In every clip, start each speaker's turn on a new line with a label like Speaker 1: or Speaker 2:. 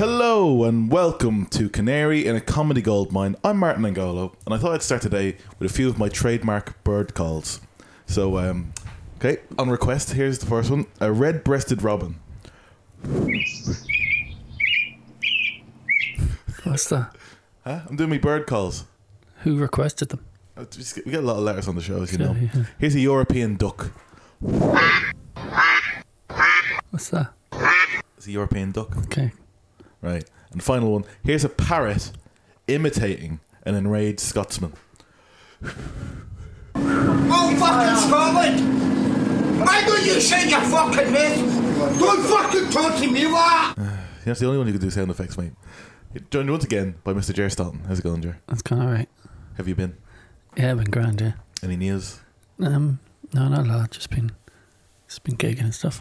Speaker 1: Hello and welcome to Canary in a Comedy Goldmine. I'm Martin Angolo, and I thought I'd start today with a few of my trademark bird calls. So, um, okay, on request, here's the first one a red breasted robin.
Speaker 2: What's that?
Speaker 1: Huh? I'm doing my bird calls.
Speaker 2: Who requested them?
Speaker 1: I just get- We get a lot of letters on the show, as you
Speaker 2: Sure,
Speaker 1: know.
Speaker 2: yeah.
Speaker 1: Here's a European duck.
Speaker 2: What's that?
Speaker 1: It's a European duck.
Speaker 2: Okay.
Speaker 1: Right. And final one here's a parrot imitating an enraged Scotsman.
Speaker 3: Oh, fucking Scotland! Why don't you shut your fucking mouth? Don't fucking talk to me like that!
Speaker 1: That's the only one who can do sound effects, mate. Joined once again by Mr. Jer Staunton. How's it going, Jer?
Speaker 2: That's kind of right.
Speaker 1: Have you been?
Speaker 2: Yeah, been grand, yeah.
Speaker 1: Any news?
Speaker 2: Um, no, not a lot. Just been, just been gigging and stuff.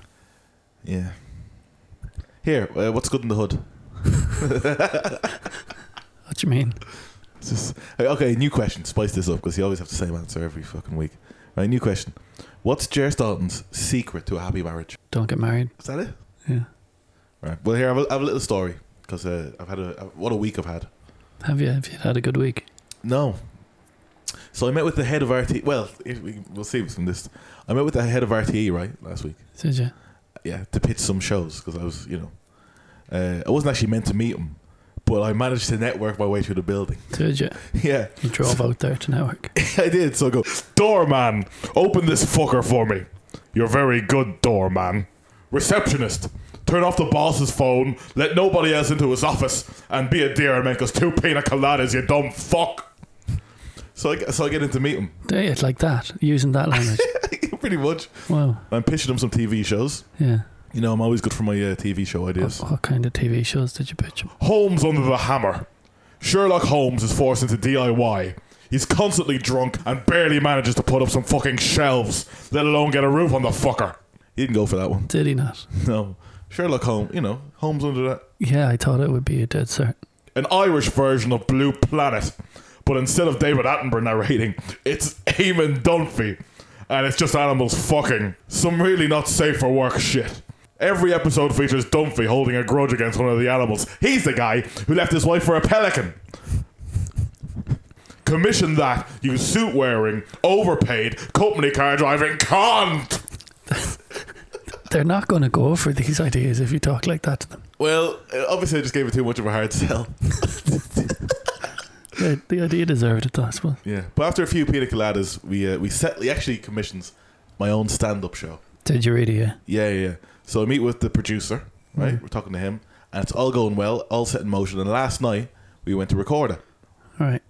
Speaker 1: Yeah. Here, uh, what's good in the hood?
Speaker 2: What do you mean?
Speaker 1: It's just- Hey, okay, new question. Spice this up because you always have the same answer every fucking week. Right, new question. What's Jer Staunton's secret to a happy marriage?
Speaker 2: Don't get married.
Speaker 1: Is that it?
Speaker 2: Yeah.
Speaker 1: Right. Well, here, I have a, I have a little story because uh, I've had a. What a week I've had.
Speaker 2: Have you? Have you had a good week?
Speaker 1: No. So I met with the head of RT. Well, if we, we'll see from this. I met with the head of RTE right last week.
Speaker 2: Did you?
Speaker 1: Yeah, to pitch some shows because I was, you know, uh, I wasn't actually meant to meet him, but I managed to network my way through the building.
Speaker 2: Did you?
Speaker 1: yeah,
Speaker 2: You drove out there to network.
Speaker 1: I did. So I go, doorman, open this fucker for me. You're very good, doorman. Receptionist, turn off the boss's phone. Let nobody else into his office, and be a dear and make us two pina coladas. You dumb fuck. So I, get- so I get in to meet him.
Speaker 2: Did it like that? Using that language.
Speaker 1: pretty much.
Speaker 2: wow.
Speaker 1: I'm pitching him some TV shows.
Speaker 2: Yeah.
Speaker 1: You know, I'm always good for my uh, TV show ideas.
Speaker 2: What, what kind of TV shows did you pitch him?
Speaker 1: Holmes under the hammer. Sherlock Holmes is forced into DIY. He's constantly drunk and barely manages to put up some fucking shelves, let alone get a roof on the fucker. He didn't go for that one.
Speaker 2: Did he not?
Speaker 1: No. Sherlock Holmes, you know, Holmes under that.
Speaker 2: Yeah, I thought it would be a dead cert.
Speaker 1: An Irish version of Blue Planet, but instead of David Attenborough narrating, it's Eamon Dunphy. And it's just animals fucking. Some really not safe for work shit. Every episode features Dunphy holding a grudge against one of the animals. He's the guy who left his wife for a pelican. Commission that, you suit wearing, overpaid, company car driving cunt!
Speaker 2: They're not going to go for these ideas if you talk like that to them.
Speaker 1: Well, obviously I just gave it too much of a hard sell.
Speaker 2: The, the idea deserved it, though, I suppose.
Speaker 1: Yeah, but after a few pina coladas, we uh, we set we actually commissions my own stand up show.
Speaker 2: Did you really? Yeah.
Speaker 1: Yeah, yeah. yeah. So I meet with the producer, right? We're talking to him, and it's all going well, all set in motion. And last night we went to record it.
Speaker 2: All right.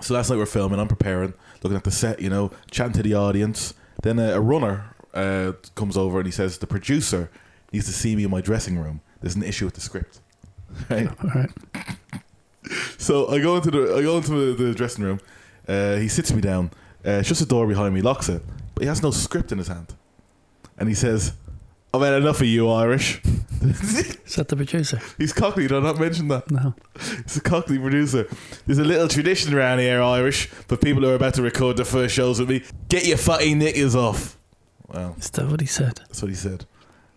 Speaker 1: So last night we're filming, I'm preparing, looking at the set, you know, chatting to the audience. Then a, a runner uh, comes over and he says the producer needs to see me in my dressing room. There's an issue with the script. Right.
Speaker 2: All right.
Speaker 1: So I go into the I go into the, the dressing room. Uh, he sits me down, uh, shuts the door behind me, locks it, but he has no script in his hand, and he says, "I've had enough of you, Irish."
Speaker 2: Is that the producer?
Speaker 1: He's cockney. Did I not mention that?
Speaker 2: No.
Speaker 1: He's a cockney producer. There's a little tradition around here, Irish, for people who are about to record their first shows with me. Get your fucking knickers off. Wow,
Speaker 2: Is that what he said?
Speaker 1: that's what he said.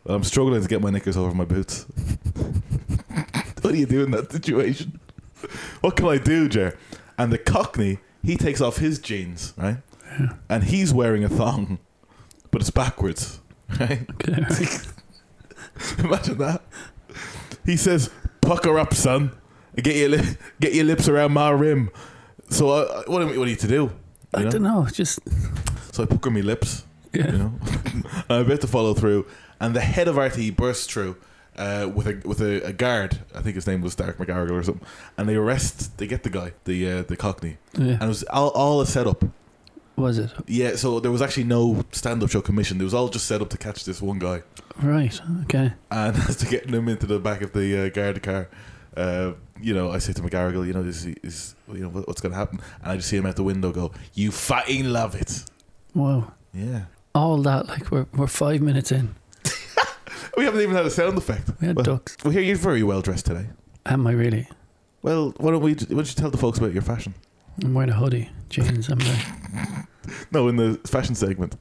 Speaker 1: But I'm struggling to get my knickers over my boots. what do you do in that situation? What can I do, Jer? And the Cockney, he takes off his jeans, right? And he's wearing a thong, but it's backwards, right?
Speaker 2: Okay. all right.
Speaker 1: Imagine that. He says, "Pucker up, son. Get your li- get your lips around my rim." So, I, I- what do we- what do you to do? You
Speaker 2: I
Speaker 1: know?
Speaker 2: don't know. Just
Speaker 1: So I pucker my lips.
Speaker 2: yeah.
Speaker 1: You know, I'm about to follow through, and the head of RT bursts through uh, with a with a, a guard. I think his name was Derek McGarrigle or something, and they arrest. They get the guy, the uh, the Cockney,
Speaker 2: Yeah.
Speaker 1: and it was all, all a setup.
Speaker 2: Was it
Speaker 1: Yeah, so there was actually no stand up show commission. It was all just set up to catch this one guy.
Speaker 2: right? Okay.
Speaker 1: And after getting him into the back of the uh, guard car, uh, you know, I say to McGarrigle, you know, this is, is you know what- what's going to happen, and I just see him out the window go, "You fucking love it."
Speaker 2: Wow.
Speaker 1: Yeah,
Speaker 2: All that like we're we're five minutes in.
Speaker 1: we haven't even had a sound effect.
Speaker 2: We had
Speaker 1: well,
Speaker 2: ducks.
Speaker 1: well, here you're very well dressed today.
Speaker 2: Am I really?
Speaker 1: Well, why don't we? Why don't you tell the folks about your fashion?
Speaker 2: I'm wearing a hoodie, jeans. I'm like,
Speaker 1: No, in the fashion segment.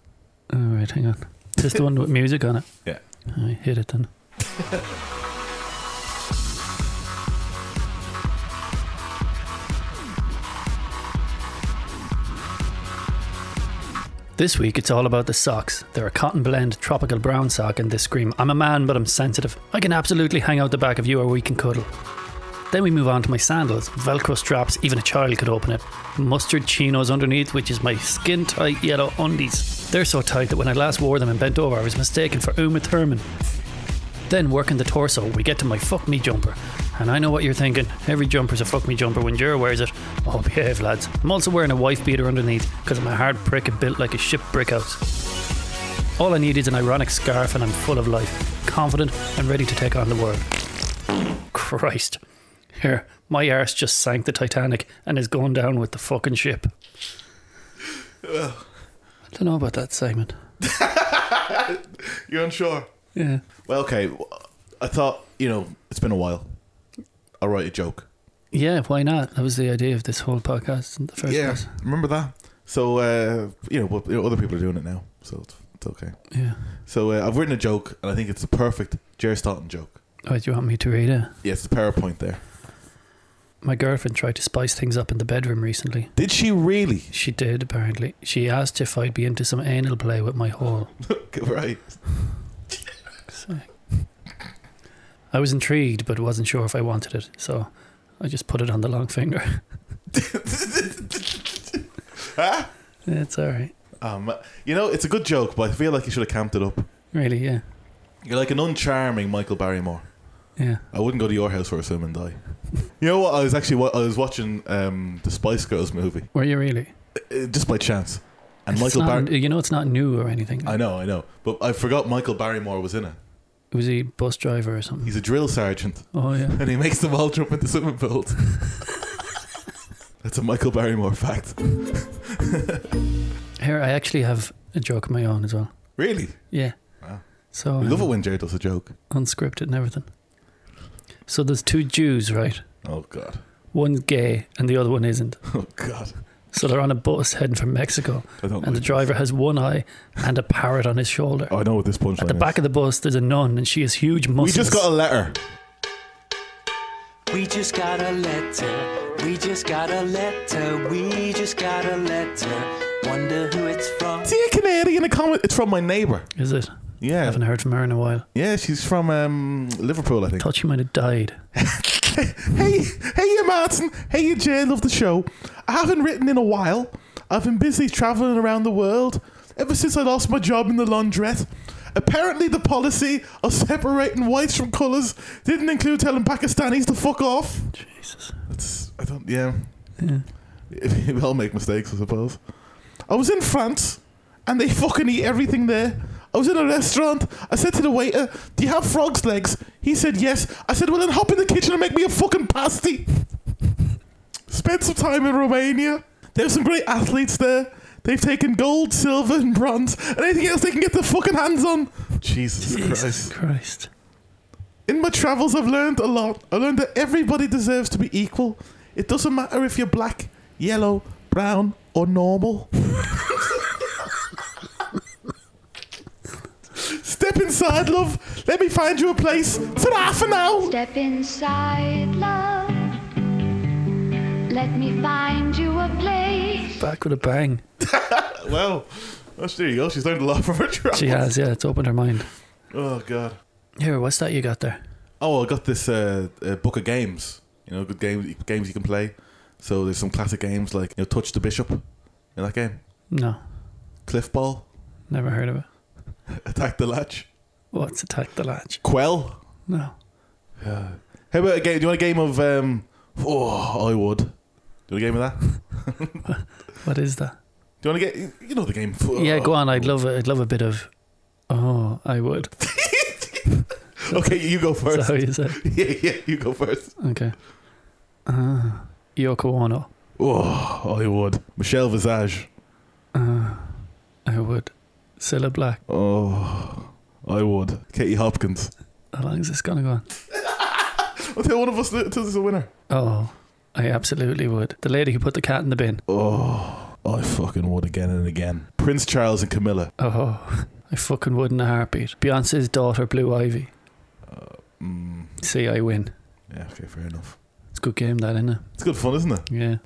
Speaker 2: all right. Hang on. Just the one with music on it.
Speaker 1: Yeah.
Speaker 2: I hit it then. This week it's all about the socks. They're a cotton blend tropical brown sock and they scream, I'm a man but I'm sensitive. I can absolutely hang out the back of you or we can cuddle. Then we move on to my sandals, velcro straps, even a child could open it. Mustard chinos underneath, which is my skin tight yellow undies. They're so tight that when I last wore them and bent over, I was mistaken for Uma Thurman. Then working the torso, we get to my fuck me jumper. And I know what you're thinking. Every jumper's a fuck me jumper when Jura wears it. Oh, behave, lads. I'm also wearing a wife beater underneath because I'm a hard prick and built like a ship brick house. All I need is an ironic scarf and I'm full of life, confident and ready to take on the world. Christ. Here, my arse just sank the Titanic and is going down with the fucking ship. I don't know about that, Simon.
Speaker 1: You're unsure.
Speaker 2: Yeah.
Speaker 1: Well, okay. w- I thought you know it's been a while. I'll write a joke.
Speaker 2: Yeah, why not? That was the idea of this whole podcast in the first place.
Speaker 1: remember that. So uh, you know, but, you know, other people are doing it now, so it's, it's okay.
Speaker 2: Yeah.
Speaker 1: So uh, I've written a joke, and I think it's the perfect Jerry Staunton joke.
Speaker 2: Oh, do you want me to read it?
Speaker 1: Yeah, it's the PowerPoint there.
Speaker 2: My girlfriend tried to spice things up in the bedroom recently.
Speaker 1: Did she really?
Speaker 2: She did, apparently. She asked if I'd be into some anal play with my hole.
Speaker 1: right.
Speaker 2: So- I was intrigued, but wasn't sure if I wanted it, so I just put it on the long finger. It's alright.
Speaker 1: Um, you know, it's a good joke, but I feel like you should have camped it up.
Speaker 2: Really, yeah.
Speaker 1: You're like an uncharming Michael Barrymore.
Speaker 2: Yeah.
Speaker 1: I wouldn't go to your house for a swim and die. You know what? I was actually wa- I was watching um, the Spice Girls movie
Speaker 2: Were you really?
Speaker 1: uh, just by chance, and
Speaker 2: It's
Speaker 1: Michael
Speaker 2: not-
Speaker 1: Barry.
Speaker 2: You know, it's not new or anything.
Speaker 1: I know, I know, but I forgot Michael Barrymore was in it.
Speaker 2: was he a bus driver or something?
Speaker 1: He's a drill sergeant,
Speaker 2: Oh, yeah.
Speaker 1: and he makes them all jump into swimming pools. That's a Michael Barrymore fact.
Speaker 2: Here, I actually have a joke of my own as well.
Speaker 1: Really,
Speaker 2: Yeah.
Speaker 1: Wow.
Speaker 2: So,
Speaker 1: I love it
Speaker 2: um,
Speaker 1: when Jared does a joke.
Speaker 2: unscripted and everything. So, there's two Jews, right?
Speaker 1: Oh God,
Speaker 2: One's gay and the other one isn't.
Speaker 1: oh God,
Speaker 2: So they're on a bus heading for Mexico,
Speaker 1: I don't.
Speaker 2: and the
Speaker 1: like
Speaker 2: driver has one eye and a parrot on his shoulder.
Speaker 1: this. Oh, I know what this punchline
Speaker 2: At the back
Speaker 1: is.
Speaker 2: of the bus, there's a nun, and she has huge muscles.
Speaker 1: we just got a letter.
Speaker 4: We just got a letter. We just got a letter. We just got a letter. Wonder who it's from.
Speaker 1: Dear Canadian, a comment. It's from my neighbour.
Speaker 2: Is it?
Speaker 1: Yeah,
Speaker 2: Haven't heard from her in a while.
Speaker 1: yeah, she's from um, Liverpool, I think.
Speaker 2: Thought she might have died.
Speaker 1: Hey, hey, you Martin. Hey, you Jay. Love the show. I haven't written in a while. I've been busy traveling around the world ever since I lost my job in the laundrette. Apparently, the policy of separating whites from colours didn't include telling Pakistanis to fuck off.
Speaker 2: Jesus.
Speaker 1: That's, I don't, yeah.
Speaker 2: Yeah.
Speaker 1: we all make mistakes, I suppose. I was in France, and they fucking eat everything there. I was in a restaurant. I said to the waiter, "Do you have frog's legs?" He said, "Yes." I said, "Well, then hop in the kitchen and make me a fucking pasty." Spent some time in Romania. There's some great athletes there. They've taken gold, silver, and bronze, and anything else they can get their fucking hands on. Jesus,
Speaker 2: Jesus Christ.
Speaker 1: in my travels, I've learned a lot. I learned that everybody deserves to be equal. It doesn't matter if you're black, yellow, brown, or normal. Step inside, love. Let me find you a place. Ta-da for now.
Speaker 5: Step inside, love. Let me find you a place.
Speaker 2: Back with a bang.
Speaker 1: Well, that's, there you go. She's learned a lot from her travels.
Speaker 2: She has, yeah. It's opened her mind.
Speaker 1: Oh God.
Speaker 2: Here, what's that you got there?
Speaker 1: Oh, I got this uh, uh, book of games. You know, good games games you can play. So there's some classic games like you know, touch the bishop. In that game,
Speaker 2: No,
Speaker 1: cliff ball,
Speaker 2: never heard of it.
Speaker 1: attack the latch.
Speaker 2: What's attack the latch?
Speaker 1: Quell.
Speaker 2: No.
Speaker 1: How about a game? Do you want a game of? Um, oh, I would. Do you want a game of that? Do
Speaker 2: What is that?
Speaker 1: you want to get? You know the game.
Speaker 2: Yeah,
Speaker 1: Oh,
Speaker 2: go on. I'd love. A, I'd love a bit of. Oh, I would.
Speaker 1: Okay, you go
Speaker 2: Is that
Speaker 1: first.
Speaker 2: how you say? it?
Speaker 1: Yeah, yeah, you go first.
Speaker 2: Okay. Ah, Yoko Ono.
Speaker 1: Oh, I would. Michelle Visage.
Speaker 2: I would. Cilla Black.
Speaker 1: Oh, I would. Katie Hopkins.
Speaker 2: How long is this gonna go on?
Speaker 1: Until one of us until there's a winner.
Speaker 2: Oh, I absolutely would. The lady who put the cat in the bin.
Speaker 1: Oh, I fucking would again and again. Prince Charles and Camilla.
Speaker 2: Oh, I fucking would in a heartbeat. Beyonce's daughter, Blue Ivy.
Speaker 1: Mm,
Speaker 2: See, I win.
Speaker 1: yeah, okay, fair enough.
Speaker 2: It's a good game, that, isn't it?
Speaker 1: It's good fun, isn't it?
Speaker 2: Yeah.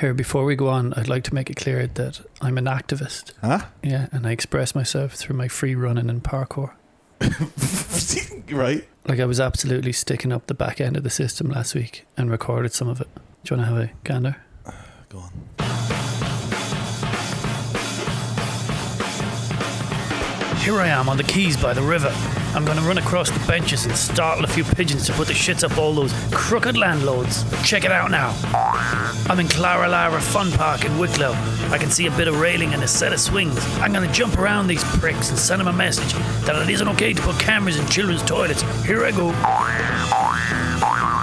Speaker 2: Here, before we go on, I'd like to make it clear that I'm an activist.
Speaker 6: Huh?
Speaker 2: Yeah, and I express myself through my free running and parkour.
Speaker 6: right.
Speaker 2: Like I was absolutely sticking up the back end of the system last week and recorded some of it. Do you want to have a gander?
Speaker 6: Go on.
Speaker 2: Here I am on the quays by the river. I'm gonna run across the benches and startle a few pigeons to put the shits up all those crooked landlords. Check it out now. I'm in Clara Lara Fun Park in Wicklow. I can see a bit of railing and a set of swings. I'm gonna jump around these pricks and send them a message that it isn't okay to put cameras in children's toilets. Here I go.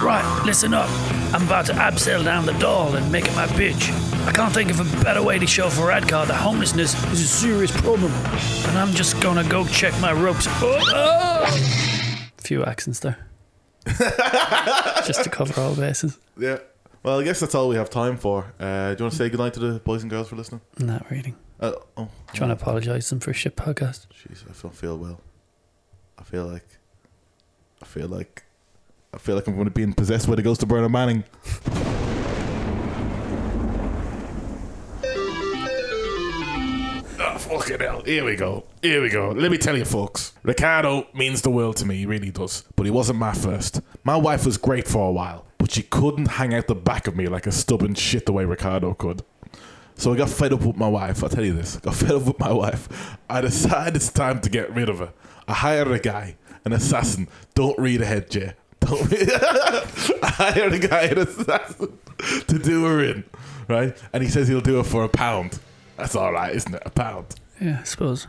Speaker 2: Right, listen up. I'm about to abseil down the doll and make it my bitch. I can't think of a better way to show for Radcar that homelessness is a serious problem. And I'm just gonna go check my ropes. Oh, oh. Few accents there. just to cover all bases.
Speaker 6: Yeah. Well, I guess that's all we have time for. Uh, do you want to say goodnight to the boys and girls for listening?
Speaker 2: Not reading.
Speaker 6: Uh, oh,
Speaker 2: Trying to apologise to them for a shit podcast.
Speaker 6: jeez, I don't feel well. I feel like, I feel like, I feel like I'm going to be in possessed with the ghost of Bernard Manning.
Speaker 1: Oh, fucking hell. Here we go. Here we go. Let me tell you, folks. Ricardo means the world to me. He really does. But he wasn't my first. My wife was great for a while, but she couldn't hang out the back of me like a stubborn shit the way Ricardo could. So I got fed up with my wife. I'll tell you this. I got fed up with my wife. I decided it's time to get rid of her. I hired a guy, an assassin. Don't read ahead, Jay. Don't read. I hired a guy, an assassin, to do her in, right? And he says he'll do it for a pound. That's all right, isn't it? A pound.
Speaker 2: Yeah, I suppose.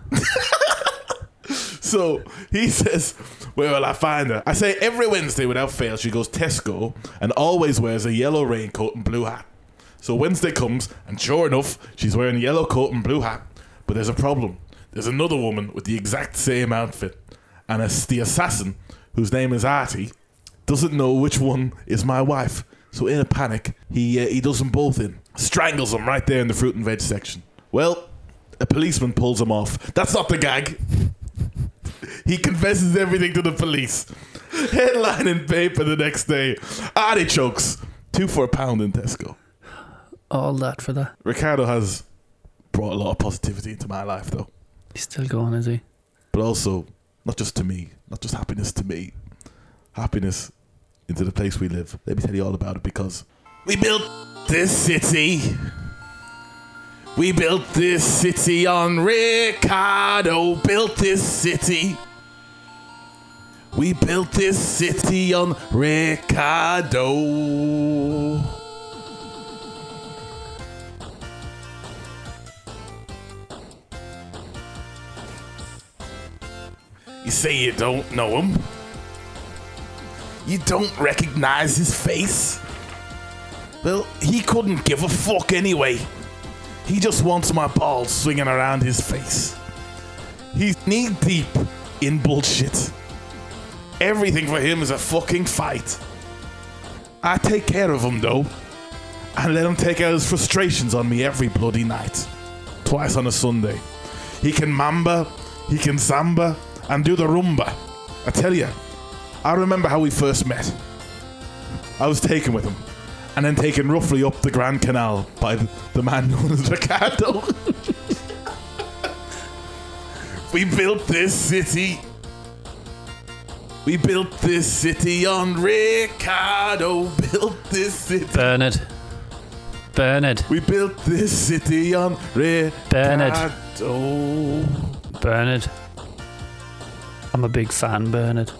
Speaker 1: So he says, Where will I find her? I say every Wednesday without fail, she goes Tesco and always wears a yellow raincoat and blue hat. So Wednesday comes, and sure enough, she's wearing a yellow coat and blue hat. But there's a problem. There's another woman with the exact same outfit. And it's the assassin, whose name is Artie, doesn't know which one is my wife. So in a panic, he uh, he does them both in, strangles them right there in the fruit and veg section. Well, a policeman pulls him off. That's not the gag. He confesses everything to the police. Headline in paper the next day: artichokes, two for a pound in Tesco.
Speaker 2: All that for that.
Speaker 1: Ricardo has brought a lot of positivity into my life, though,
Speaker 2: He's still going, is he?
Speaker 1: but also not just to me, not just happiness to me, happiness into the place we live. Let me tell you all about it because we built this city. We built this city on Ricardo. Built this city. We built this city on Ricardo. You say you don't know him. You don't recognize his face. Well, he couldn't give a fuck anyway. He just wants my balls swinging around his face. He's knee deep in bullshit. Everything for him is a fucking fight. I take care of him though, and let him take out his frustrations on me every bloody night. Twice on a Sunday. He can mamba, he can samba, and do the rumba. I tell you, I remember how we first met. I was taken with him, and then taken roughly up the Grand Canal by th- the man known as Ricardo. we built this city. We built this city on Ricardo. Built this city.
Speaker 2: Bernard. Bernard.
Speaker 1: We built this city on Ricardo.
Speaker 2: Bernard. Bernard. I'm a big fan, Bernard.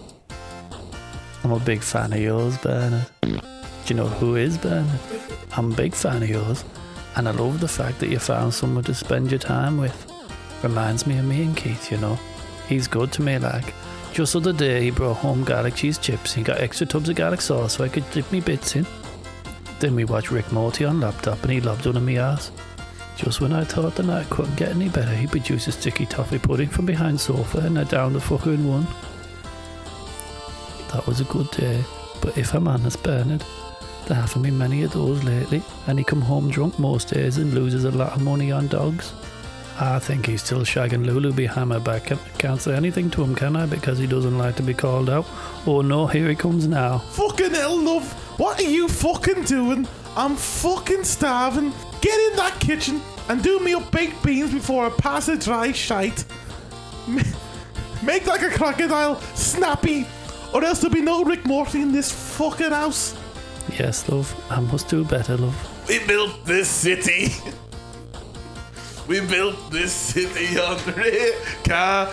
Speaker 2: I'm a big fan of yours, Bernard. Do you know who is Bernard? I'm a big fan of yours, and I love the fact that you found someone to spend your time with. Reminds me of me and Keith, you know. He's good to me, like. Just the other day, he brought home garlic cheese chips and he got extra tubs of garlic sauce so I could dip me bits in. Then we watched Rick Morty on laptop and he loved one of me ass. Just when I thought the night couldn't get any better, he produced a sticky toffee pudding from behind sofa and I downed the fucking one. That was a good day, but if I'm honest, Bernard, there haven't been many of those lately, and he come home drunk most days and loses a lot of money on dogs. I think he's still shagging Lulu behind my back. Can't, can't say anything to him, can I? Because he doesn't like to be called out. Oh no, here he comes now.
Speaker 6: Fucking hell, love. What are you fucking doing?
Speaker 1: I'm fucking starving. Get in that kitchen and do me up baked beans before I pass a dry shite. Ma- Make like a crocodile, snappy, or else there'll be no Rick Morty in this fucking house.
Speaker 2: Yes, love. I must do better, love.
Speaker 7: We built this city. We built this city on Ricardo.